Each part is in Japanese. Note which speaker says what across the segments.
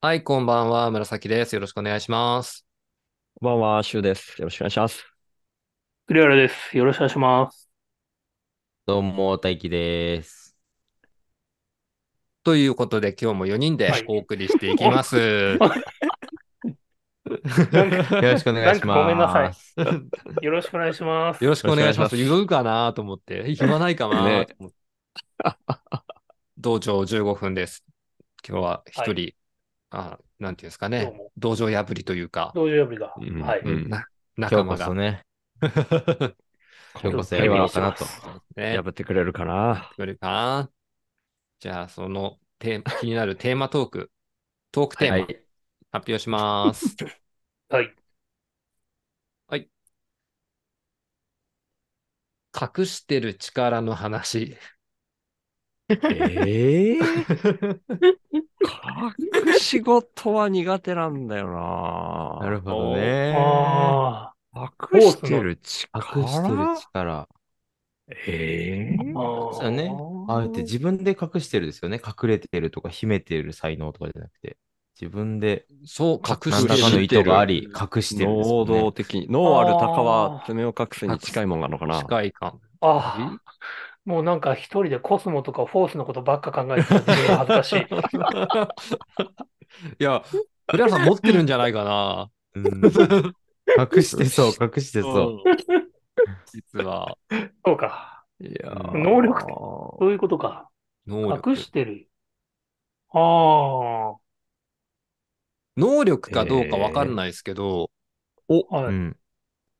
Speaker 1: はい、こんばんは。紫です。よろしくお願いします。
Speaker 2: こんばんは、シュウです。よろしくお願いします。
Speaker 3: クリアラです。よろしくお願いします。
Speaker 4: どうも、大輝です。
Speaker 1: ということで、今日も4人でお送りしていきます。
Speaker 4: はい 、よろしくお願いします。
Speaker 3: ごめんなさい。よろしくお願いします。
Speaker 1: よろしくお願いします。言うかなと思って、言わないかなと思って。 道場15分です。今日は1人、はいあ、なんていうんですかね、道場破りというか。
Speaker 3: 道場破りだ。うん、はい。
Speaker 4: 仲間が。今日こそね。今日こそやろうかなと。
Speaker 2: ね、破ってくれるかな。
Speaker 1: くれるかな。じゃあ、そのテーマ、気になるテーマトーク、トークテーマ、はい、発表します。
Speaker 3: はい。
Speaker 1: はい。隠してる力の話。
Speaker 2: ええ ー、隠し事は苦手なんだ よ
Speaker 4: な。なるほどね。
Speaker 2: 隠してる力
Speaker 4: 隠してる力。
Speaker 2: ええー、
Speaker 4: そうだね。あえて自分で隠してるですよね。隠れてるとか秘めてる才能とかじゃなくて。自分で、
Speaker 1: そう、
Speaker 4: 隠してる。何の意図があり、隠してる、ね、
Speaker 2: 能動的に。能ある鷹は爪を隠すに近いもんなのかな。
Speaker 1: 近いか。
Speaker 3: ああ。もうなんか一人でコスモとかフォースのことばっか考えてるのが恥ずか しい。
Speaker 1: いや、浦さん持ってるんじゃないかな。
Speaker 4: うん、隠してそう、隠してそう。うん、
Speaker 1: 実は。
Speaker 3: そうか。
Speaker 2: いや
Speaker 3: 能力、そういうことか。
Speaker 1: 能力
Speaker 3: 隠してる。ああ。
Speaker 1: 能力かどうかわかんないですけど、
Speaker 2: えー、お、はい、うん、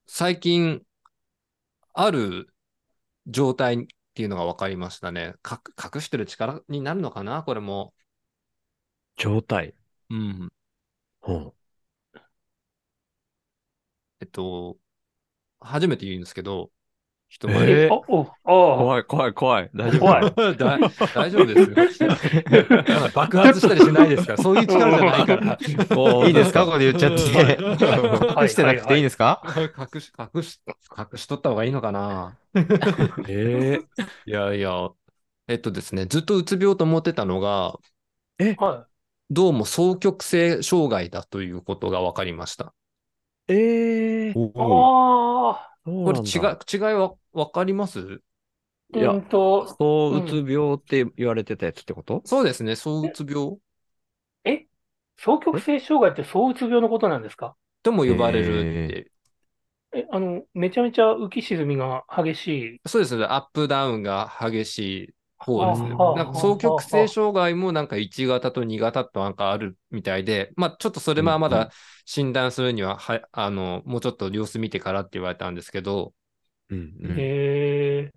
Speaker 1: 最近、ある状態っていうのが分かりましたね。か隠してる力になるのかなこれも。
Speaker 2: 状態。
Speaker 1: うん。
Speaker 2: ほ
Speaker 1: う。えっと、初めて言うんですけど、
Speaker 2: 人前で。えー、怖い、怖い、怖い。
Speaker 1: 大丈夫。 怖い大丈夫ですよ。爆発したりしないですから 、そういう力じゃないから。
Speaker 4: いいですかここで言っちゃって。隠してなくていいですか、
Speaker 1: はいはいはい、隠し、隠し、隠しとった方がいいのかな
Speaker 2: えー、
Speaker 1: いやいや。えっとですね、ずっとうつ病と思ってたのが、
Speaker 2: え
Speaker 1: どうも双極性障害だということが分かりました。
Speaker 2: ええー。
Speaker 3: ああ。
Speaker 1: これ違違いは分かります
Speaker 2: いや、そううつ病って言われてたやつってこと、うん、
Speaker 1: そうですね、そううつ病。
Speaker 3: え双極性障害ってそううつ病のことなんですか
Speaker 1: とも呼ばれるって。
Speaker 3: え、あの、めちゃめちゃ浮き沈みが激しい。
Speaker 1: そうですね、アップダウンが激しい方ですね。なんか双極性障害もなんか1型と2型となんかあるみたいで、まあちょっとそれはまだ診断するには、はあの、もうちょっと様子見てからって言われたんですけど、
Speaker 2: うんうん、
Speaker 3: へ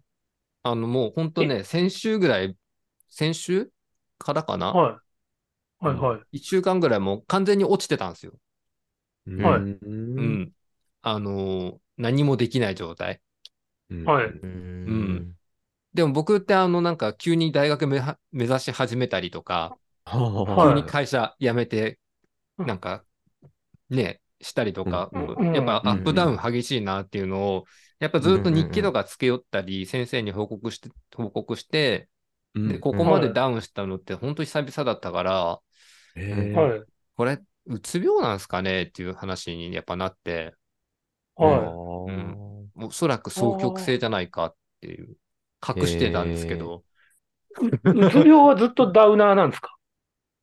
Speaker 1: あの、もう本当ね、先週ぐらい、先週からかな。
Speaker 3: はい。はいはい
Speaker 1: 1週間ぐらいもう完全に落ちてたんですよ。。
Speaker 3: はい。うん
Speaker 1: あの、何もできない状態。
Speaker 3: はい。
Speaker 1: うん。でも僕ってあのなんか急に大学目指し始めたりとか、急に会社辞めて、なんかね、したりとか、やっぱアップダウン激しいなっていうのを、やっぱずっと日記とかつけよったり、先生に報告して、報告して、で、ここまでダウンしたのって本当久々だったから、これ、うつ病なんですかねっていう話にやっぱなって、。
Speaker 3: はい
Speaker 1: おそらく双極性じゃないかっていう。隠してたんですけど。
Speaker 3: うつ病はずっとダウナーなんですか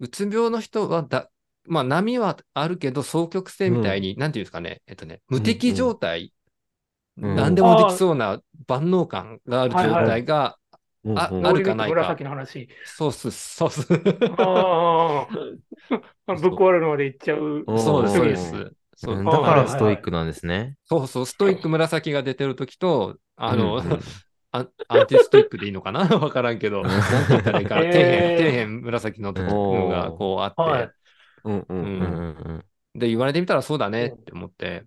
Speaker 1: うつ病の人はだ、まあ波はあるけど、双極性みたいに、うん、なんていうんですかね、えっとね、無敵状態、うんうん、何でもできそうな万能感がある状態が、うん、あ,、あるかないか。
Speaker 3: 紫 の話。
Speaker 1: そうっす、そうっ す。
Speaker 3: ああ、ぶっ壊れるまでいっちゃう。。
Speaker 1: そうです、そうです。そう
Speaker 4: だからストイックなんですね。
Speaker 1: そうそう、ストイック紫が出てるときと、あの、 うんうんアアンティストイックでいいのかな わからんけど、なんて言ったらいいかな。底辺、底辺紫のところがこうあって。はい、
Speaker 2: うんうんうん、
Speaker 1: うん、で、言われてみたらそうだねって思って。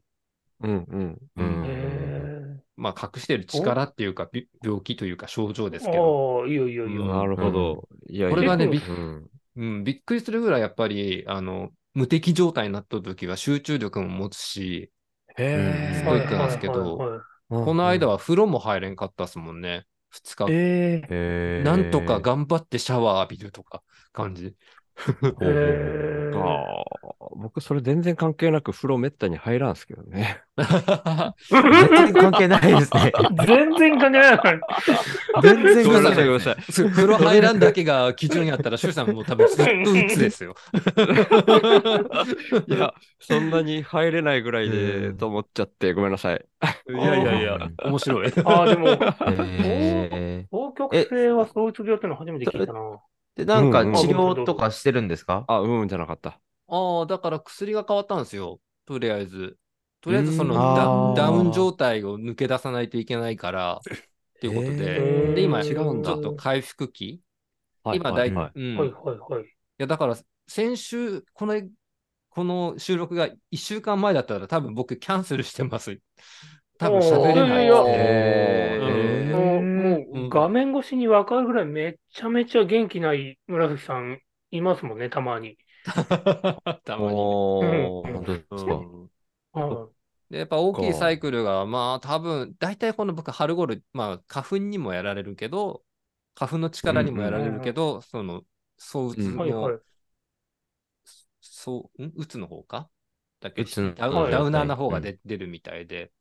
Speaker 2: うんうんうん
Speaker 1: まあ、隠してる力っていうか、病気というか症状ですけど。
Speaker 3: ああ、いいよいいよいいよ。
Speaker 2: なるほど。
Speaker 1: いやこれがね、びっ,、うんびっくりするぐらい、やっぱり、あの、無敵状態になった時は集中力も持つし、
Speaker 2: へ
Speaker 1: ストイックなんですけど、この間は風呂も入れんかったっすもんね。二日。
Speaker 2: え
Speaker 1: ー、なんとか頑張ってシャワー浴びるとか感じ。
Speaker 2: えー、ああ、僕それ全然関係なく風呂めったに入らんすけどね。
Speaker 4: 全然関係ないですね。
Speaker 3: 全然関係ないのに。
Speaker 4: 全然関係ない。
Speaker 2: ごめんなさい。
Speaker 1: そう風呂入らんだけが基準やったら、シュウさんも 多分ずっと鬱ですよ。
Speaker 2: いや、そんなに入れないぐらいで、
Speaker 4: うん
Speaker 2: と思っちゃって、ごめんなさい。
Speaker 1: いやいやいや、面白い。
Speaker 3: ああ、でも、
Speaker 4: え
Speaker 3: 双極性はそういうつ病っての初めて聞いたな。
Speaker 4: ー、で、なんか
Speaker 2: うん
Speaker 4: 治療とかしてるんですか、
Speaker 2: あ、うん、じゃなかった。
Speaker 1: ああ、だから薬が変わったんですよ。とりあえず。とりあえずその
Speaker 2: う
Speaker 4: ーん
Speaker 1: ダダウン状態を抜け出さないといけないから、っていうことで。
Speaker 3: へー
Speaker 1: で、今、
Speaker 2: 違
Speaker 1: ち
Speaker 2: うんだ
Speaker 1: ょっと回復期
Speaker 2: はい
Speaker 1: 今
Speaker 2: は
Speaker 1: 大
Speaker 2: い
Speaker 1: 体、
Speaker 2: はい
Speaker 1: うん
Speaker 3: はい
Speaker 1: い
Speaker 3: はいはい。
Speaker 1: や、だから、先週、この、この収録が1週間前だったら、多分僕、キャンセルしてます。多分喋れない
Speaker 3: おー
Speaker 2: へ
Speaker 1: うん
Speaker 2: ー
Speaker 3: もう
Speaker 1: う
Speaker 3: も
Speaker 1: ん
Speaker 3: う画面越しに分かるぐらいめちゃめちゃ元気ない紫さんいますもんね、たまに。
Speaker 1: たまに。
Speaker 2: お
Speaker 3: うん
Speaker 2: ー
Speaker 4: 本当ですか、
Speaker 1: うん
Speaker 3: うん
Speaker 1: で、やっぱ大きいサイクルが、まあ多分、大体この僕、春頃、まあ花粉にもやられるけど、花粉の力にもやられるけど、その、そうつ
Speaker 2: うん
Speaker 3: はいは
Speaker 1: の
Speaker 3: い、。
Speaker 1: そう、んうつの方かだっけ
Speaker 4: うつの
Speaker 1: ダウ
Speaker 3: はい
Speaker 1: ダウナーな方が出出るみたいで、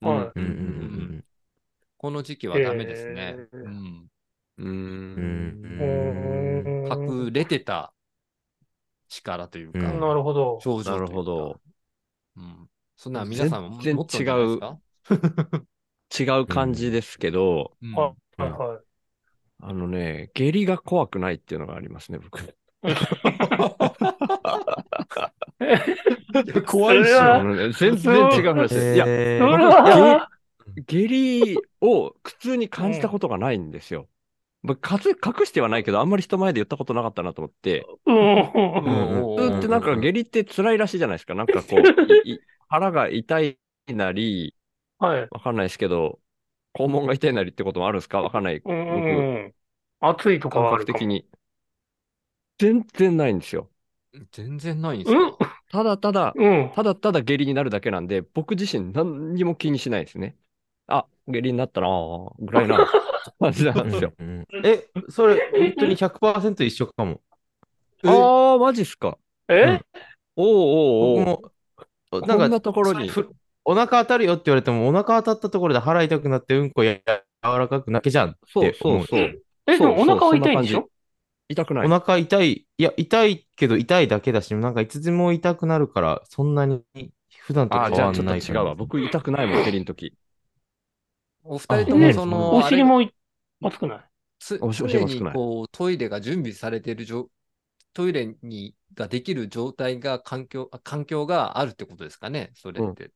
Speaker 3: は
Speaker 4: うんうんうん
Speaker 1: この時期はダメですね。
Speaker 3: へー
Speaker 1: うん。
Speaker 2: うー
Speaker 4: うんう
Speaker 2: ん。
Speaker 4: ん
Speaker 3: うーん
Speaker 1: 隠れてた力というか、
Speaker 4: うん
Speaker 3: なるほど。
Speaker 1: 症状という
Speaker 2: な
Speaker 1: か
Speaker 2: るほど。。
Speaker 1: うん。そんな皆さんも
Speaker 2: 全然
Speaker 1: 持ってるんじゃないですか
Speaker 2: 違う感じですけど、
Speaker 1: うん
Speaker 3: あはいは
Speaker 2: あのね、下痢が怖くないっていうのがありますね、僕。
Speaker 3: い。
Speaker 1: 怖いっしょ
Speaker 3: それ
Speaker 2: あ
Speaker 3: は
Speaker 2: のね全然違う話です。いや、
Speaker 4: え
Speaker 3: それ
Speaker 4: ー
Speaker 3: は、
Speaker 2: 下痢を苦痛に感じたことがないんですよ。僕かつ隠してはないけど、あんまり人前で言ったことなかったなと思って、
Speaker 3: うん。
Speaker 2: 普通ってなんか下痢って辛いらしいじゃないですか。なんかこ う、いい腹が痛いなり、
Speaker 3: はい。
Speaker 2: わかんないですけど、肛門が痛いなりってこともあるんですかわかんない。
Speaker 3: うんうんうん。暑いとか
Speaker 2: 感
Speaker 3: はあるかも
Speaker 2: 覚的に。全然ないんですよ。
Speaker 1: 全然ないんですよ。
Speaker 2: ただただ、
Speaker 3: うん。
Speaker 2: ただただ下痢になるだけなんで、僕自身何にも気にしないですね。あ、下痢になったなぁ、ぐらいな感じなんですよ。
Speaker 4: うんえ、それ、本当に100%一緒かも。
Speaker 2: あー、マジっすか。
Speaker 3: え
Speaker 2: おうおうおう
Speaker 4: 僕も
Speaker 2: こ
Speaker 4: なんん
Speaker 2: な
Speaker 4: か、
Speaker 2: ところに。
Speaker 4: ふお腹当たるよって言われても、お腹当たったところで腹痛くなって、うんこや柔らかくなけじゃんって思
Speaker 2: そうそうそう。
Speaker 3: え、でもお腹は痛いんでし
Speaker 2: そう
Speaker 3: ょ
Speaker 2: 痛くない
Speaker 4: お。腹痛い、いや、痛いけど痛いだけだし、なんかいつでも痛くなるから、そんなに普段と
Speaker 2: あー、じ
Speaker 4: 変
Speaker 2: ゃあ
Speaker 4: わ
Speaker 2: ちょ
Speaker 4: ん
Speaker 2: っ
Speaker 4: な
Speaker 2: と
Speaker 4: い
Speaker 2: 違
Speaker 4: か
Speaker 2: う
Speaker 4: な
Speaker 2: わ。僕痛くないもん、下痢の時。
Speaker 1: お二人とも
Speaker 3: あ
Speaker 1: そ
Speaker 4: そ
Speaker 1: の、
Speaker 4: う
Speaker 3: お
Speaker 1: あ
Speaker 3: 尻
Speaker 1: れ
Speaker 3: もい熱くない。
Speaker 1: つ
Speaker 2: おしお
Speaker 1: 常
Speaker 2: 尻も少
Speaker 1: に
Speaker 2: ない
Speaker 1: こうトイレが準備されている状トイレにができる状態が環境あ環境があるってことですかね、それって。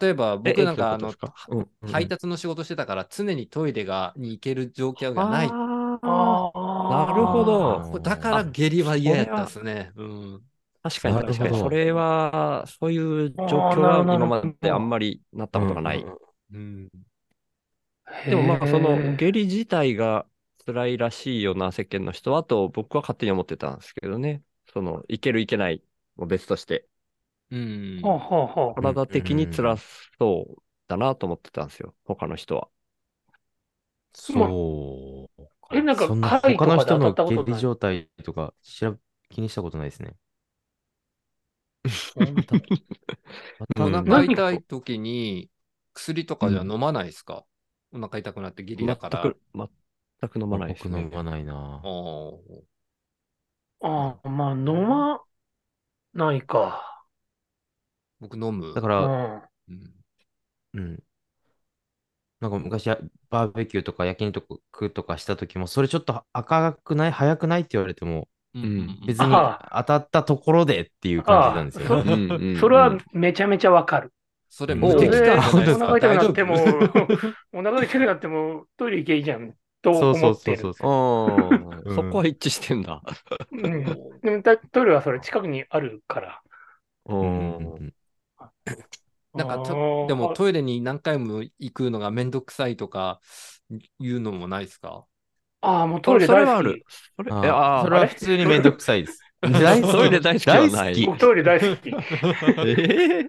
Speaker 1: 例えば僕なんかあの
Speaker 2: うんうん
Speaker 4: うん
Speaker 1: 配達の仕事してたから常にトイレがに行ける状況がない。
Speaker 2: あ
Speaker 3: ああ。
Speaker 2: なるほど
Speaker 4: あー
Speaker 1: だから下痢は嫌やったですね。うん、
Speaker 2: ー確かに
Speaker 4: なるほ
Speaker 2: 確
Speaker 4: ど
Speaker 2: かに。それは、そういう状
Speaker 3: あ
Speaker 2: 況
Speaker 3: ーなる
Speaker 2: は
Speaker 3: ほど
Speaker 2: 今まであんまりなったことがない。
Speaker 1: うん
Speaker 2: でもまあ、その
Speaker 3: へー
Speaker 2: 下痢自体が辛いらしいよな、世間の人は、と僕は勝手に思ってたんですけどね。その、いけるいけないも別として、
Speaker 1: うん
Speaker 3: はあはあはあ。
Speaker 2: 体的に辛そうだなと思ってたんですよ、他の人は。
Speaker 4: そうか。
Speaker 3: えなんか
Speaker 4: そん
Speaker 3: 貝と
Speaker 4: 他の
Speaker 3: かで
Speaker 4: 人
Speaker 3: 当た
Speaker 4: の
Speaker 3: ったことない
Speaker 4: 下痢状態とか、調べ気にしたことないですね。
Speaker 1: お
Speaker 4: うん
Speaker 1: 腹痛い時に薬とかじゃ飲まないですか、お腹痛くなって下痢
Speaker 2: 全
Speaker 1: だから。
Speaker 2: く、全く飲まないです
Speaker 4: 僕飲
Speaker 2: ね。
Speaker 4: まないな
Speaker 1: あ。ー
Speaker 3: ああ、まあ、飲まないか。
Speaker 1: 僕飲む。
Speaker 4: だか
Speaker 3: う
Speaker 4: ら、
Speaker 3: ん。
Speaker 1: うん
Speaker 4: うん。なんか昔、バーベキューとか焼肉とか食うとかした時も、それちょっと赤くない早くないって言われても、
Speaker 1: うん
Speaker 2: うん
Speaker 4: 別に
Speaker 3: あ
Speaker 4: 当たったところでっていう感じなんですよ
Speaker 2: う
Speaker 4: ね。
Speaker 2: んうんうん
Speaker 3: それはめちゃめちゃわかる。
Speaker 1: それ
Speaker 4: うん
Speaker 1: 無敵
Speaker 4: でき
Speaker 1: だ
Speaker 3: 俺
Speaker 1: よ
Speaker 3: お
Speaker 4: 本当です
Speaker 3: 腹
Speaker 4: か
Speaker 3: 痛くなっても
Speaker 1: 大丈夫、
Speaker 3: お腹痛くなってもトイレ行けばいいじゃん、と
Speaker 4: そうそ
Speaker 3: 思
Speaker 4: う
Speaker 3: って
Speaker 4: そう
Speaker 3: る。
Speaker 4: そう
Speaker 2: う
Speaker 4: そ
Speaker 2: ん
Speaker 4: うん
Speaker 2: そこは一致してんだ。
Speaker 3: うん。でもだトイレはそれ近くにあるから。
Speaker 2: う
Speaker 4: う。うんんうんうん
Speaker 1: なんかち
Speaker 3: あ
Speaker 1: ょ
Speaker 3: ー
Speaker 1: でもトイレに何回も行くのがめんどくさいとかいうのもないですか
Speaker 3: ああ、もうトイレ大
Speaker 2: それは
Speaker 3: 好
Speaker 2: あ
Speaker 3: き。
Speaker 2: る。それ、
Speaker 4: あ
Speaker 2: いや
Speaker 4: ー
Speaker 2: あー
Speaker 4: それは普通にめんどくさいです。大好き
Speaker 2: トイレ大好きはない
Speaker 4: 大好
Speaker 3: 僕トイレ大好き。
Speaker 2: ええ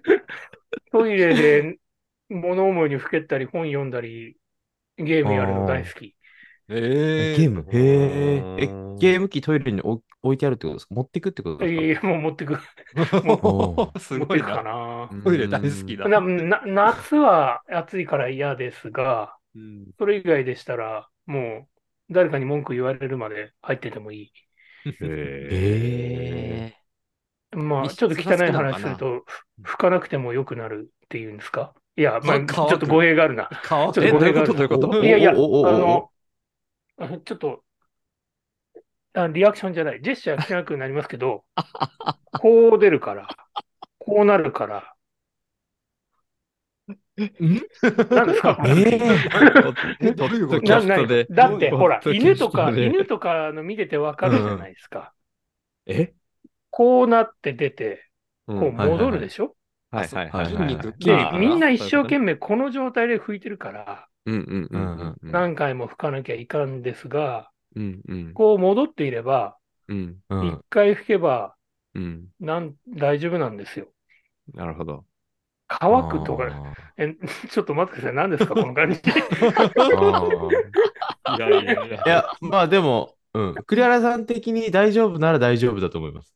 Speaker 3: トイレで物思いにふけったり、本読んだり、ゲームやるの大好き。
Speaker 1: え
Speaker 4: ゲームへえ。え、
Speaker 2: うん
Speaker 4: ゲーム機トイレに置置いてあるってことですか持ってくってことですか
Speaker 3: いやもう持ってく、
Speaker 4: お
Speaker 1: す
Speaker 3: 持っ
Speaker 1: ご
Speaker 3: て
Speaker 1: い
Speaker 3: くか
Speaker 1: な。
Speaker 3: な。
Speaker 1: トイレ大好きだ。
Speaker 3: なな夏は暑いから嫌ですが、
Speaker 1: うん
Speaker 3: それ以外でしたら、もう誰かに文句言われるまで入っててもい
Speaker 2: え
Speaker 4: え
Speaker 3: い。まあ、
Speaker 1: 密
Speaker 3: ちょ
Speaker 1: 室
Speaker 3: っ
Speaker 1: が好
Speaker 3: と
Speaker 1: き
Speaker 3: 汚い
Speaker 1: なのか
Speaker 3: 話
Speaker 1: な
Speaker 3: すると、ふ拭かなくても良くなるっていうんですかいや、ま
Speaker 1: そ
Speaker 3: あ、
Speaker 1: れ
Speaker 3: ち
Speaker 1: 乾く
Speaker 3: ょっと語弊があるな。
Speaker 1: 顔
Speaker 3: ちょっと語弊がある
Speaker 2: どういうことどういうこと
Speaker 3: いやいや、あ
Speaker 4: おおおお
Speaker 3: の、あちょっと、あリアクションじゃない、ジェスチャーしなくなりますけど、こう出るから、こうなるから、何ですかこれ
Speaker 4: え
Speaker 2: ー、ドットキャストで。
Speaker 3: だって、ほら、
Speaker 2: ポッドキャ
Speaker 3: 犬
Speaker 2: ス
Speaker 3: と
Speaker 2: ト
Speaker 3: か、
Speaker 2: で
Speaker 3: 犬とかの見ててわかるじゃないですか。
Speaker 2: え
Speaker 3: こうなって出て、
Speaker 2: こ
Speaker 3: こう
Speaker 4: はい
Speaker 3: 戻るでしょ、
Speaker 2: はいはいはいはい。
Speaker 4: 筋肉
Speaker 3: で、
Speaker 2: あー
Speaker 3: みんな一生
Speaker 2: そういう
Speaker 3: 懸命この状態で拭いてるから、
Speaker 2: うんうんうんうんうん。
Speaker 3: 何回も拭かなきゃいかんですが、
Speaker 2: うんうん
Speaker 3: こう戻っていれば、
Speaker 2: うん
Speaker 4: うん
Speaker 3: 一回拭けば
Speaker 2: うん。
Speaker 3: なん大丈夫なんですよ。
Speaker 2: なるほど。
Speaker 3: 乾くとか、
Speaker 4: あ
Speaker 3: え、 ちょっと待ってください。何ですか、この感じ。
Speaker 4: ーあー
Speaker 2: いやいやい
Speaker 4: いや、まあでも、うん。栗原さん的に大丈夫なら大丈夫だと思います。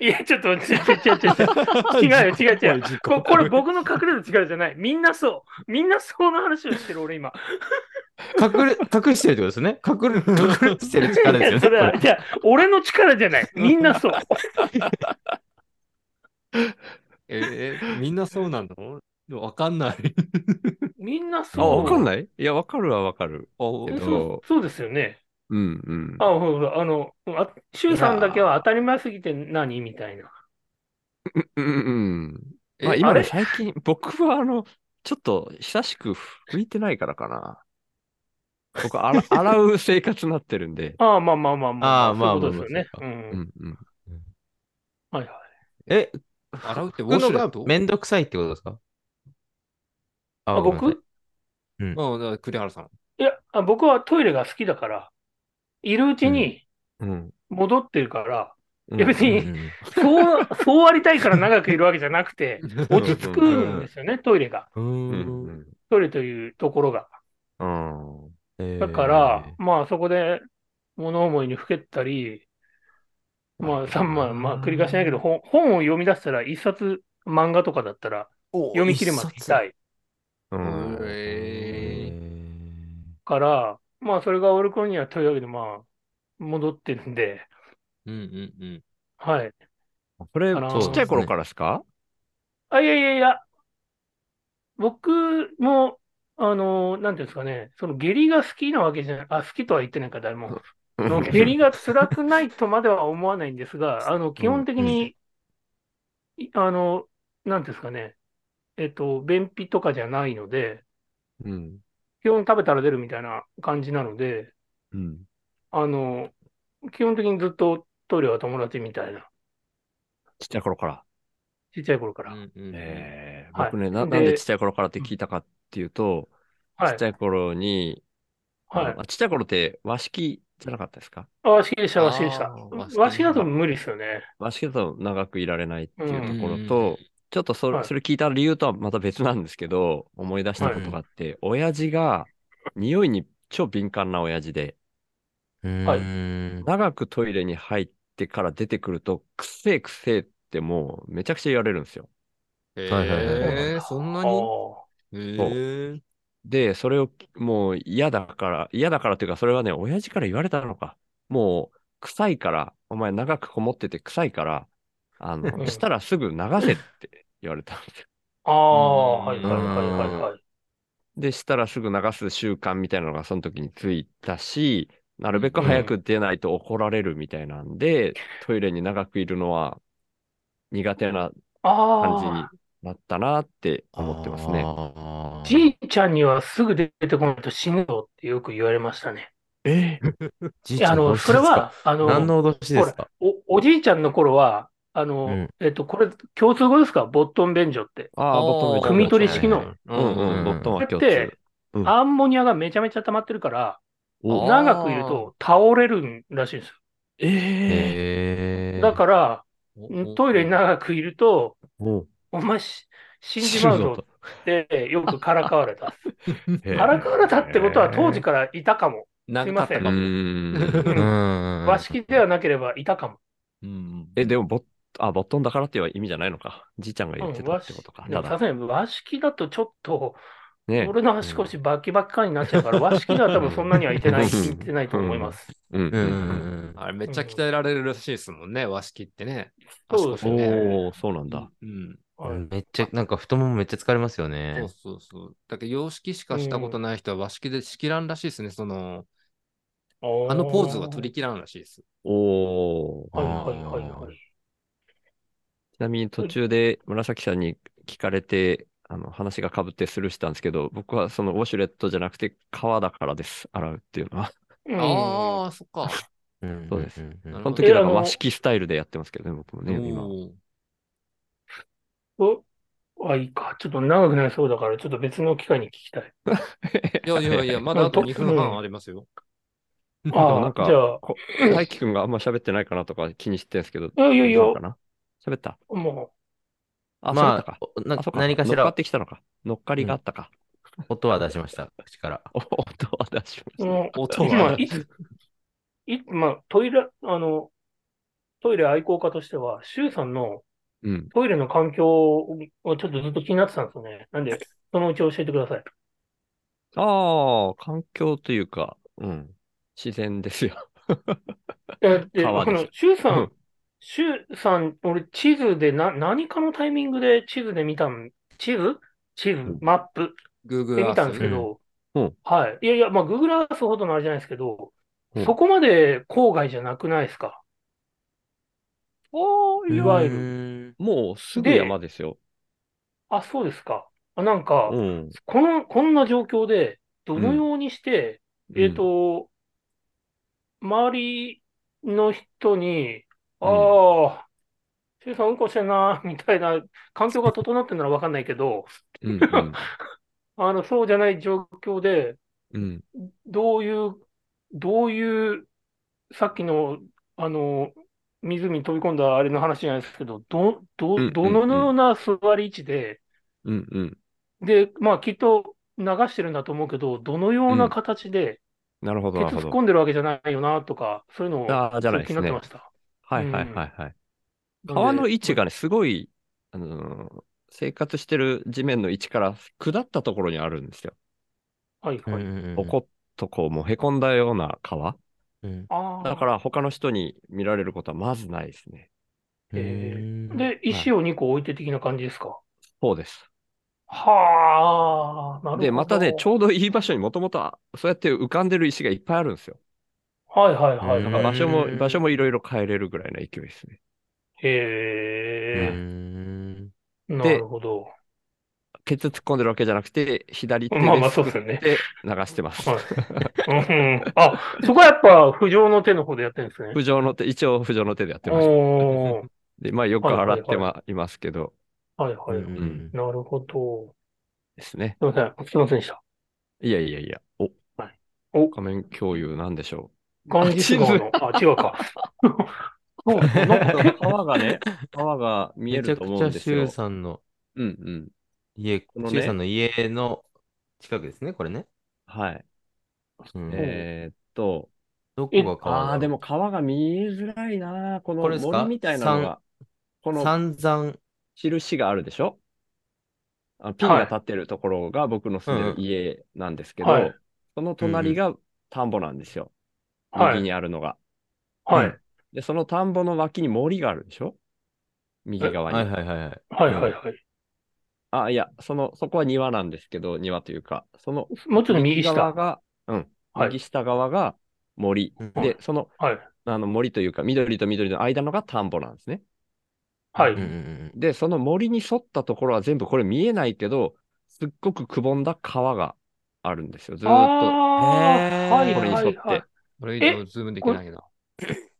Speaker 3: いや、ちょっと、ちょ、ちょ、ちょ、ちょ、ちょ違うよ、違う、違う。ここれ僕の隠れる力じゃない。みんなそう。みんなそうの話をしてる、俺今。
Speaker 4: 隠れ、隠してるってことですね。隠れ、隠してる力で すよね。
Speaker 3: それ
Speaker 4: こ
Speaker 3: は、
Speaker 4: れ
Speaker 3: じゃあ俺の力じゃない。みんなそう。
Speaker 1: えーみんなそうなのわかんない。
Speaker 3: みんな
Speaker 2: あ、
Speaker 3: そう。
Speaker 2: わかんないいや、わかるはわかる。
Speaker 1: お
Speaker 2: けど
Speaker 3: そうそうですよね。
Speaker 2: うんうん。
Speaker 3: あ、ほら、あの、あ周さんだけは当たり前すぎて何みたいな。
Speaker 2: うんうんうん。まあ
Speaker 1: え
Speaker 2: 今
Speaker 3: あれ
Speaker 2: ね、最近、 僕はあの、ちょっと久しく拭いてないからかな。僕、あら洗う生活になってるんで。
Speaker 3: ああ、まあまあまあまあ。
Speaker 4: ああまあ
Speaker 3: そういうことですよね。
Speaker 4: まあま
Speaker 3: う。
Speaker 2: うんんうん。
Speaker 3: はいはい。
Speaker 4: え、
Speaker 1: 洗うってウ
Speaker 4: 僕
Speaker 1: ォシ
Speaker 4: の
Speaker 1: ュレ
Speaker 4: が
Speaker 1: ット
Speaker 4: めんどくさいってことですかあ
Speaker 3: あ
Speaker 4: ごめんなさい
Speaker 3: 僕
Speaker 1: うんだから栗原さん。
Speaker 3: いやあ、僕はトイレが好きだから、いるうちに
Speaker 2: うん。
Speaker 3: 戻ってるから、
Speaker 2: うん
Speaker 3: いや別に
Speaker 4: うんうん
Speaker 3: そう、そうありたいから長くいるわけじゃなく て、落ち着くんですよね、トイレが。
Speaker 4: う
Speaker 2: う
Speaker 4: ーん
Speaker 2: ん
Speaker 3: トイレというところが。
Speaker 2: うん。うん
Speaker 3: だから、まあそこで物思いにふけったり、まあ、さまあ、まあ、繰り返しないけど、本本を読み出したら、一冊漫画とかだったら、読み切るまでいたい
Speaker 2: うん
Speaker 1: えー
Speaker 3: から、まあ、それが俺頃にはというわけで、まあ、戻ってるんで、
Speaker 1: うんうんうん。
Speaker 3: はい。
Speaker 2: それ、
Speaker 3: あのー
Speaker 2: ちっちゃい頃からですか
Speaker 3: あ、いやいやいや、僕も、あの、なんていうんですかね、その下痢が好きなわけじゃない、あ、好きとは言ってないか、誰も。あ の下痢が辛くないとまでは思わないんですが、あの、基本的に、いあの、なんていうんですかね、えっと、便秘とかじゃないので、
Speaker 2: うん。
Speaker 3: 基本食べたら出るみたいな感じなので、
Speaker 2: うん。
Speaker 3: あの、基本的にずっとトイレは友達みたいな、
Speaker 2: ちっちゃい頃から。
Speaker 3: ちっちゃい頃か
Speaker 1: う
Speaker 3: ら。
Speaker 1: んうんうん
Speaker 2: えー
Speaker 3: はい
Speaker 2: 僕ね、な
Speaker 3: で
Speaker 2: なんでちっちゃい頃からって聞いたかっていうと、ち
Speaker 3: は
Speaker 2: っ
Speaker 3: い
Speaker 2: ち。ゃい頃に、
Speaker 3: は
Speaker 2: あのちっちゃい頃って和式じゃなかったですか
Speaker 3: い。あ、好きでした、好きでした。
Speaker 2: あー
Speaker 1: 和式
Speaker 3: 和式だと無理ですよね。
Speaker 2: 和式だと長くいられないっていうところ
Speaker 1: うんうんう
Speaker 2: と
Speaker 1: ん、
Speaker 2: ちょっとそれ,、
Speaker 3: はい
Speaker 2: それ聞いた理由とはまた別なんですけど、思い出したことがあって、親父が匂いに超敏感な親父で、
Speaker 3: はい
Speaker 4: い。
Speaker 2: 長くトイレに入ってから出てくると、くっせえくっせえってもうめちゃくちゃ言われるんですよ。
Speaker 4: はいはいはい
Speaker 1: えーそん
Speaker 3: あ
Speaker 1: な
Speaker 3: あ
Speaker 1: に
Speaker 3: ー。
Speaker 1: え
Speaker 2: で、それをもう嫌だから、嫌だからというか、それはね、親父から言われたのか。もう、臭いから、お前長くこもってて臭いから、あ
Speaker 3: うん
Speaker 2: の、したらすぐ流せって言われたんですよ。
Speaker 3: ああ、はいはいはいはいはい。
Speaker 2: で、したらすぐ流す習慣みたいなのがその時についたし、なるべく早く出ないと怒られるみたいなんで、トイレに長くいるのは苦手な感じに
Speaker 3: ああ、
Speaker 2: なったなって思ってますね。
Speaker 4: あー
Speaker 3: じいちゃんにはすぐ出てこないと死ぬぞってよく言われましたね。
Speaker 2: え
Speaker 4: じい
Speaker 3: い
Speaker 4: ち
Speaker 3: や、
Speaker 4: ゃ
Speaker 3: あ
Speaker 4: んの
Speaker 3: の、
Speaker 4: 脅し
Speaker 3: それ
Speaker 4: ですか
Speaker 3: は、あ
Speaker 4: 何
Speaker 3: の、
Speaker 4: の脅しですか
Speaker 3: お、おじいちゃんの頃は、あの、
Speaker 4: うん
Speaker 3: えっと、これ、共通語ですかボットン便所って。
Speaker 2: ああ、ボットン
Speaker 1: あ
Speaker 2: め
Speaker 1: ー
Speaker 2: ちゃ
Speaker 3: 汲み取り式の
Speaker 4: はいはい
Speaker 2: うんうん、ボットンは共
Speaker 3: だって
Speaker 2: 通。うん
Speaker 3: アンモニアがめちゃめちゃ溜まってるから、
Speaker 1: お
Speaker 3: 長くいると倒れるらしいんです
Speaker 2: ええ
Speaker 4: へ
Speaker 3: よ。
Speaker 4: ー
Speaker 3: だから、
Speaker 1: ー
Speaker 3: トイレに長くいると、
Speaker 2: ー。
Speaker 3: お前し死んじまうぞってよくからかわれた。
Speaker 2: へー
Speaker 3: からかわれたってことは当時からいたかも。
Speaker 1: 長
Speaker 3: い
Speaker 1: か
Speaker 3: ま
Speaker 1: っ
Speaker 3: せ
Speaker 1: た
Speaker 3: ん
Speaker 1: かも。
Speaker 2: ん。
Speaker 4: うんうん。
Speaker 3: 和式ではなければいたかも。
Speaker 1: うん
Speaker 2: え、でも、ボッ、あ、ボットンだからっていう意味じゃないのか。じいちゃんが言ってたってことか。
Speaker 3: で
Speaker 2: た
Speaker 3: もさ
Speaker 2: だ、
Speaker 3: すがに和式だとちょっと、
Speaker 2: ね。
Speaker 3: 俺の足腰バキバキ感になっちゃう から、和式では多分そんなにはいてない、
Speaker 2: うん
Speaker 3: いてないと思います。
Speaker 2: うん
Speaker 4: うんうん
Speaker 1: あれめっちゃ鍛えられるらしいですもんね、和式ってね。
Speaker 3: そうです
Speaker 2: う
Speaker 1: 足
Speaker 2: ん。
Speaker 1: 腰ね
Speaker 2: おー、そうなんだ。
Speaker 1: うん。
Speaker 4: う
Speaker 3: はい
Speaker 4: ん。めっちゃ、なんか太ももめっちゃ疲れますよ
Speaker 1: そう
Speaker 4: ね。
Speaker 1: そうそう。だけど、洋式しかしたことない人は和式で仕切らんらしいですね。その、あのポーズは取り切らんらしいです。
Speaker 2: おー。
Speaker 3: はいはいはいはい。
Speaker 2: ちなみに途中で紫さんに聞かれて、あの話がかぶってスルーしたんですけど、僕はそのウォシュレットじゃなくて川だからです、洗うっていうのは。
Speaker 3: うん
Speaker 1: ああ、そっか。
Speaker 4: うん
Speaker 2: そうです。
Speaker 4: んん
Speaker 1: なるほ
Speaker 2: この
Speaker 1: ど
Speaker 2: 時だから
Speaker 3: えあの
Speaker 2: 和式スタイルでやってますけどね、僕もね、今。
Speaker 1: おー
Speaker 3: おあ、いいか。ちょっと長くなりそうだから、ちょっと別の機会に聞きたい。
Speaker 1: いやいやい や、まだあと2分半ありますよ。
Speaker 2: も
Speaker 3: あ
Speaker 2: なんか
Speaker 3: あ、じゃあ、
Speaker 2: こ大輝くんがあんま喋ってないかなとか気にしてるんですけど、
Speaker 3: いやいやいや
Speaker 2: どうかな喋った
Speaker 3: も
Speaker 2: あ、喋った
Speaker 4: ま
Speaker 2: か
Speaker 4: あ。、おな
Speaker 2: あそう
Speaker 4: 何かし
Speaker 2: 乗っかっ
Speaker 4: ら
Speaker 2: てきたのか。乗っかりがあったか。
Speaker 4: 音は出しました、口から。
Speaker 2: お音は出し
Speaker 3: う、
Speaker 2: ま
Speaker 3: もう、
Speaker 1: 音
Speaker 3: まあ
Speaker 1: は。
Speaker 3: いつ、いまあ、トイレ、あの、トイレ愛好家としては、シュウさんの
Speaker 2: うん。
Speaker 3: トイレの環境をちょっとずっと気になってたんですよね。なんで、そのうち教えてください。
Speaker 2: ああ、環境というか、うん。自然ですよ。
Speaker 3: え、で、
Speaker 2: 川
Speaker 3: こ
Speaker 2: です
Speaker 3: の、シュウ
Speaker 2: う
Speaker 3: さん
Speaker 2: ん、。
Speaker 3: シュウさん、俺、地図でな、何かのタイミングで地図で見たん、地図地図
Speaker 2: ん
Speaker 3: マップで
Speaker 1: Google
Speaker 3: 見たんですけ
Speaker 1: Earth
Speaker 3: ど
Speaker 2: うんうん、
Speaker 3: はい。いやいや、まあ、Google Earth ほどのあれじゃないですけど
Speaker 2: うん、
Speaker 3: そこまで郊外じゃなくないですか。
Speaker 2: お
Speaker 3: いわゆる
Speaker 4: る。
Speaker 2: もうすぐ
Speaker 3: で
Speaker 2: 山ですよ。
Speaker 3: あ、そうですか。あ、なんか
Speaker 2: う、ん。
Speaker 3: この、こんな状況で、どのようにして、えっ
Speaker 2: うん、
Speaker 3: と、周りの人に、
Speaker 2: うん
Speaker 3: ああ、シュウさんうんこしてんな、みたいな、環境が整ってんならわかんないけど、
Speaker 2: うんうん
Speaker 3: あの、そうじゃない状況で、
Speaker 2: うん。
Speaker 3: どういう、どういう、さっきの、あの、湖に飛び込んだあれの話じゃないですけど、ど、ど、
Speaker 2: うん
Speaker 3: どのような座り位置で、
Speaker 2: うんうん。
Speaker 3: で、まあ、きっと流してるんだと思うけど、どのような形で、
Speaker 2: なるほど、
Speaker 3: ケ
Speaker 2: な
Speaker 3: ツ
Speaker 2: る
Speaker 3: 突っ込
Speaker 2: ほど。
Speaker 3: んでるわけじゃないよな、とか、そういうのを
Speaker 2: ああ、じゃないで
Speaker 3: 気
Speaker 2: す
Speaker 3: になって
Speaker 2: ね。
Speaker 3: ました。
Speaker 2: はいはいはいはい。川の位置がね、すごい、あのー生活してる地面の位置から下ったところにあるんですよ。
Speaker 3: はい
Speaker 4: うん
Speaker 3: は
Speaker 4: う
Speaker 3: い。
Speaker 4: んうん
Speaker 2: おこっとこう、もうへこんだような川。
Speaker 4: うん
Speaker 3: ああ。
Speaker 2: だから他の人に見られることはまずないですね。
Speaker 3: え
Speaker 4: うん
Speaker 3: で、石を2個置いて的な感じですか。
Speaker 2: そうです。
Speaker 3: はあ、なるほ
Speaker 2: で、またね、
Speaker 3: ど。
Speaker 2: ちょうどいい場所にもともとあそうやって浮かんでる石がいっぱいあるんですよ。
Speaker 3: はいはいはい
Speaker 2: だ
Speaker 4: う
Speaker 2: か
Speaker 4: ん
Speaker 2: ら場所も
Speaker 4: へ、ー
Speaker 2: 場所もいろいろ変えれるぐらいの勢いですね。
Speaker 3: へえ、
Speaker 4: うん
Speaker 3: なるほど。
Speaker 2: ケツ突っ込んでるわけじゃなくて、左手で
Speaker 3: まあまあ、
Speaker 2: す
Speaker 3: そう
Speaker 2: く
Speaker 3: で
Speaker 2: っ
Speaker 3: すよね。
Speaker 2: て流してま す。
Speaker 3: はいうんうんあ、そこはやっぱ、浮上の手の方でやってるんですね。
Speaker 2: 浮上の手、一応浮上の手でやってます。
Speaker 3: おー
Speaker 2: で、まあよく洗ってはいますけど、
Speaker 3: はいはい。
Speaker 4: うんうん
Speaker 3: なるほど。
Speaker 2: ですね。
Speaker 3: すいません。すいませんでした。
Speaker 2: いやいやいや、お、
Speaker 3: お、
Speaker 2: 画面共有なんでしょ
Speaker 3: ガンジス川の、あ、違うか。 そう
Speaker 2: う。
Speaker 3: なんか結構
Speaker 2: 川がね、川が見え
Speaker 4: めちゃ
Speaker 2: る
Speaker 4: く
Speaker 2: と
Speaker 4: ち
Speaker 2: 思うん
Speaker 4: ゃ
Speaker 2: です
Speaker 4: シュ
Speaker 2: よ
Speaker 4: ウ。さんの
Speaker 2: うんうん。
Speaker 4: 家、シ
Speaker 2: このね
Speaker 4: ュウさんの家の近くですね、これね。
Speaker 2: はい。
Speaker 4: うん
Speaker 2: えーっと、
Speaker 4: どこが川
Speaker 2: あ
Speaker 4: だ
Speaker 2: あ、
Speaker 4: ろう
Speaker 2: でも川が見えづらいな。この
Speaker 4: これですか
Speaker 2: 森みたいなのが、この
Speaker 4: 散々、
Speaker 2: 印があるでしょあのピンが立ってるところが僕の住んでる家なんですけど、
Speaker 3: はい
Speaker 2: その隣が田んぼなんですよ。
Speaker 3: はい
Speaker 2: 右にあるのが。
Speaker 3: はい。
Speaker 2: で、その田んぼの脇に森があるでしょ右側に。
Speaker 4: はいはいはいはい。
Speaker 3: はいはいはい。
Speaker 2: あ、いや、その、そこは庭なんですけど、庭というか、その
Speaker 3: もうちょっと右下。
Speaker 2: 側が、うん、
Speaker 3: はい
Speaker 2: 右下側が森。
Speaker 4: うん
Speaker 2: で、その、
Speaker 3: はい。
Speaker 2: あの森というか、緑と緑の間のが田んぼなんですね。
Speaker 3: は
Speaker 4: うんうん
Speaker 3: い。
Speaker 2: で、その森に沿ったところは全部これ見えないけど、すっごくくぼんだ川があるんですよ。ずーっ
Speaker 3: ああー、は
Speaker 4: へー
Speaker 3: い
Speaker 2: と、これに
Speaker 3: は
Speaker 2: 沿っ
Speaker 3: い
Speaker 2: て。
Speaker 3: はい。
Speaker 1: これ以上ズームできないな。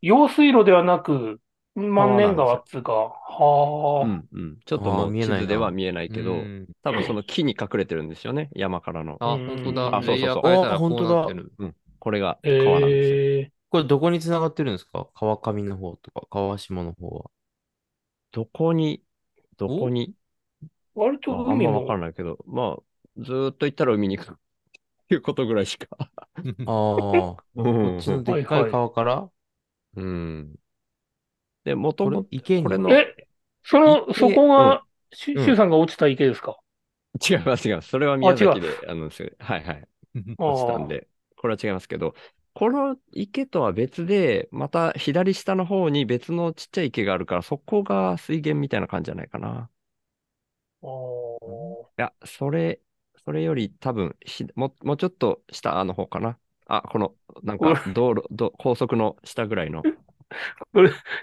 Speaker 3: 用水路ではなく、万年川っつうか。はあ。
Speaker 2: うんうん。ちょっとも
Speaker 4: あー
Speaker 2: う
Speaker 4: 見
Speaker 2: 地
Speaker 4: えないな
Speaker 2: 図では見えないけ
Speaker 4: う
Speaker 2: ど、
Speaker 4: ん
Speaker 2: 多分その木に隠れてるんですよね。山からの。
Speaker 1: あ、
Speaker 3: うん
Speaker 1: 本当だ。
Speaker 2: あそうそうそ
Speaker 1: レ
Speaker 2: う
Speaker 1: イヤー変えたらこうなってる。
Speaker 2: これが川なんですよ。
Speaker 3: ええ。
Speaker 4: これどこに繋がってるんですか川上の方とか、川下の方は。
Speaker 2: どこに、どこに、
Speaker 3: 割と
Speaker 2: ああん
Speaker 3: 海
Speaker 2: ま
Speaker 3: も
Speaker 2: わかんないけど、まあ、ずーっと行ったら海に行くいうことぐらいしか。
Speaker 4: ああ、こ
Speaker 2: うん
Speaker 4: っちのでっかい川から、
Speaker 2: うん。で、もと
Speaker 4: これ
Speaker 2: もと、
Speaker 4: 池に
Speaker 2: これの
Speaker 3: え、その、
Speaker 2: い
Speaker 3: そこが、しゅ
Speaker 2: うん
Speaker 3: シュウさんが落ちた池ですか
Speaker 2: 違います、違います。それは宮崎
Speaker 3: 違
Speaker 2: で、あの、すはいはい、
Speaker 3: あ
Speaker 2: 落ちたんで、これは違いますけど、この池とは別で、また左下の方に別のちっちゃい池があるから、そこが水源みたいな感じじゃないかな。
Speaker 3: あー
Speaker 2: いや、それ、それより多分ひも、もうちょっと下の方かな。あ、この、なんか、道路、ど高速の下ぐらいの。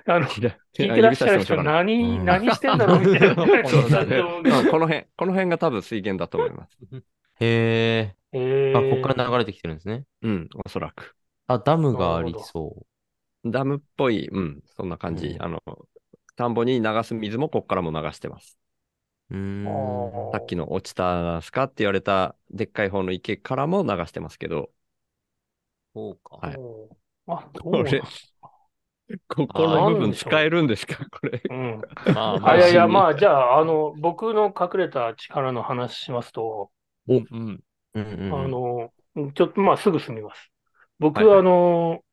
Speaker 3: あの、
Speaker 2: 左
Speaker 3: 聞い
Speaker 2: あ
Speaker 3: てらっしゃる人
Speaker 2: 指差してもらおうかな
Speaker 4: う
Speaker 3: 何、
Speaker 4: ん
Speaker 3: 何してんだろうみたいな感 じ
Speaker 2: そう
Speaker 3: にな
Speaker 2: だ
Speaker 3: っ
Speaker 2: ね。
Speaker 3: て
Speaker 2: う
Speaker 3: 思うけど
Speaker 2: んこの辺、この辺が多分水源だと思います。
Speaker 4: へ
Speaker 3: へ
Speaker 4: え、
Speaker 3: ー
Speaker 4: あ、こっから流れてきてるんですね。
Speaker 2: うん、おそらく。
Speaker 4: あ、ダムがありそ
Speaker 2: ダムっぽい、うん、そんな感じ
Speaker 4: う。ん
Speaker 2: あの、田んぼに流す水もここからも流してます。
Speaker 4: う。うーん。
Speaker 3: あ
Speaker 2: さっきの落ちたすかって言われたでっかい方の池からも流してますけど、
Speaker 1: そうか。
Speaker 2: はい
Speaker 3: ーあ、どう
Speaker 2: これ、ここの部分使えるんですかこれ。
Speaker 3: うん。
Speaker 4: まあま
Speaker 3: あ、
Speaker 4: あ
Speaker 3: いやいや、
Speaker 2: 真面目に
Speaker 3: まあ、じゃあ、あの、僕の隠れた力の話しますと、
Speaker 1: うん。
Speaker 4: うんうんうん
Speaker 3: あの、ちょっと、まあ、すぐ済みます。僕、
Speaker 2: はいはい
Speaker 3: あの、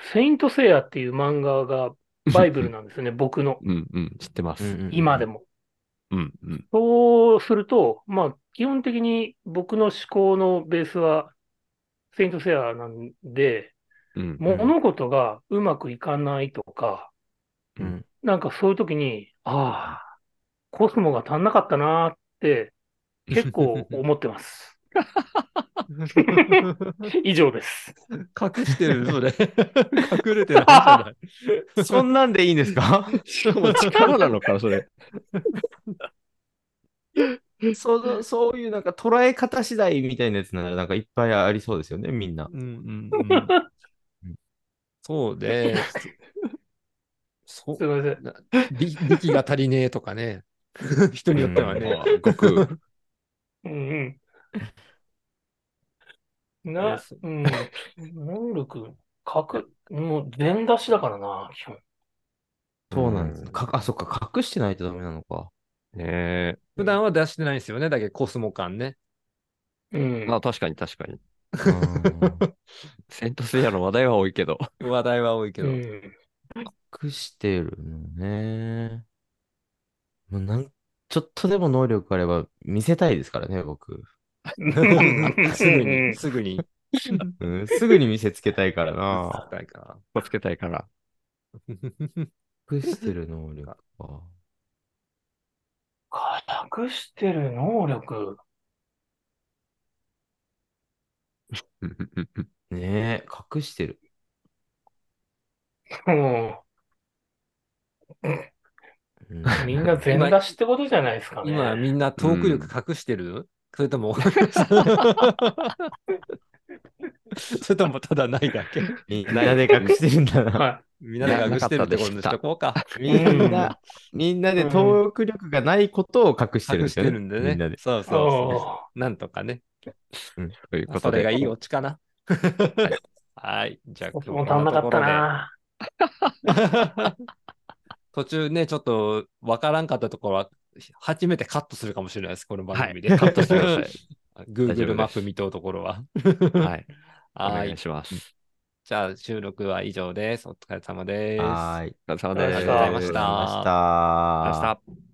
Speaker 3: セイントセイヤっていう漫画がバイブルなんですよね、僕の。
Speaker 2: うんうん、知ってま
Speaker 4: うんう
Speaker 2: す。
Speaker 4: ん
Speaker 3: 今でも。
Speaker 2: うんうん。
Speaker 3: そうすると、まあ、基本的に僕の思考のベースは、セイントセイヤなんで、
Speaker 2: うん
Speaker 3: 物事がうまくいかないとか、
Speaker 4: うん
Speaker 3: なんかそういう時に、ああ、コスモが足んなかったなーって、結構思っ てます。以上です。
Speaker 1: 隠してる、それ。隠れてないじゃない。
Speaker 4: そんなんでいいんですか
Speaker 2: しかも力なのかな、それ。
Speaker 4: そのそういうなんか捉え方次第みたいなやつならなんかいっぱいありそうですよね、みんな。
Speaker 1: うんうんうん。そうで、そ
Speaker 3: すいません。
Speaker 1: 力力が足りねえとかね。 人によってはね。
Speaker 2: 悟空。
Speaker 3: うんうん。な、
Speaker 1: です
Speaker 3: うん。能力、かく、もう全出しだからな、基本。
Speaker 4: そうなんです。かあ、そっか、隠してないとダメなのか。
Speaker 2: ねえ。
Speaker 1: 普段は出してないんですよね。だけどコスモ感ね。
Speaker 3: うん。
Speaker 2: まあ確かに確かに。
Speaker 4: うん
Speaker 2: セントセイヤの話題は多いけど。
Speaker 1: 話題は多いけ
Speaker 3: う
Speaker 1: ど。
Speaker 3: ん。
Speaker 4: 隠してるのね。もうなんちょっとでも能力あれば見せたいですからね、僕。
Speaker 1: すぐに、すぐに。
Speaker 4: うん、すぐに見せつけたいからな。
Speaker 1: 使いか
Speaker 2: ここつけたいから。
Speaker 4: 隠してる能力か。
Speaker 3: 隠してる能力。
Speaker 2: うんうんうん
Speaker 4: ねえ、隠してる。
Speaker 3: うん。
Speaker 4: うん
Speaker 3: みんな全出しってことじゃないですかね。
Speaker 1: 今みんなトーク力隠してる、それともそれともただないだけ
Speaker 4: みんなで隠してるんだな。
Speaker 3: は
Speaker 1: みんなで隠してるってことにしとこうか。
Speaker 4: みんな、みんなでトーク力がないことを隠して
Speaker 1: 隠
Speaker 4: るんで
Speaker 1: し
Speaker 4: す
Speaker 1: て
Speaker 4: よね。
Speaker 1: るんで
Speaker 4: みんな
Speaker 1: ね
Speaker 4: で。。
Speaker 1: そう
Speaker 3: い。
Speaker 1: そうそ
Speaker 3: あ
Speaker 1: う。なんとかね。
Speaker 2: ということで。
Speaker 1: それがいいオチかな。はい。じゃあ、
Speaker 3: あ、
Speaker 1: 今日
Speaker 3: もう足んなかったな。
Speaker 1: 途中ね、ちょっとわからんかったところは、初めてカットするかもしれないです、この番組で。
Speaker 2: はい、カットしてください。大丈夫で
Speaker 1: Google
Speaker 2: す
Speaker 1: マップ見とうところは。
Speaker 2: はい。お
Speaker 1: は
Speaker 2: 願
Speaker 1: い
Speaker 2: い。します。
Speaker 1: じゃあ、収録は以上です。お疲れ様です。
Speaker 4: はーい。
Speaker 2: お疲れ様
Speaker 3: あり
Speaker 2: で
Speaker 3: が
Speaker 2: す。
Speaker 3: とうございま
Speaker 4: ありがとうご
Speaker 1: し
Speaker 4: ざい
Speaker 1: た
Speaker 4: まし
Speaker 2: ありがとうございましたた。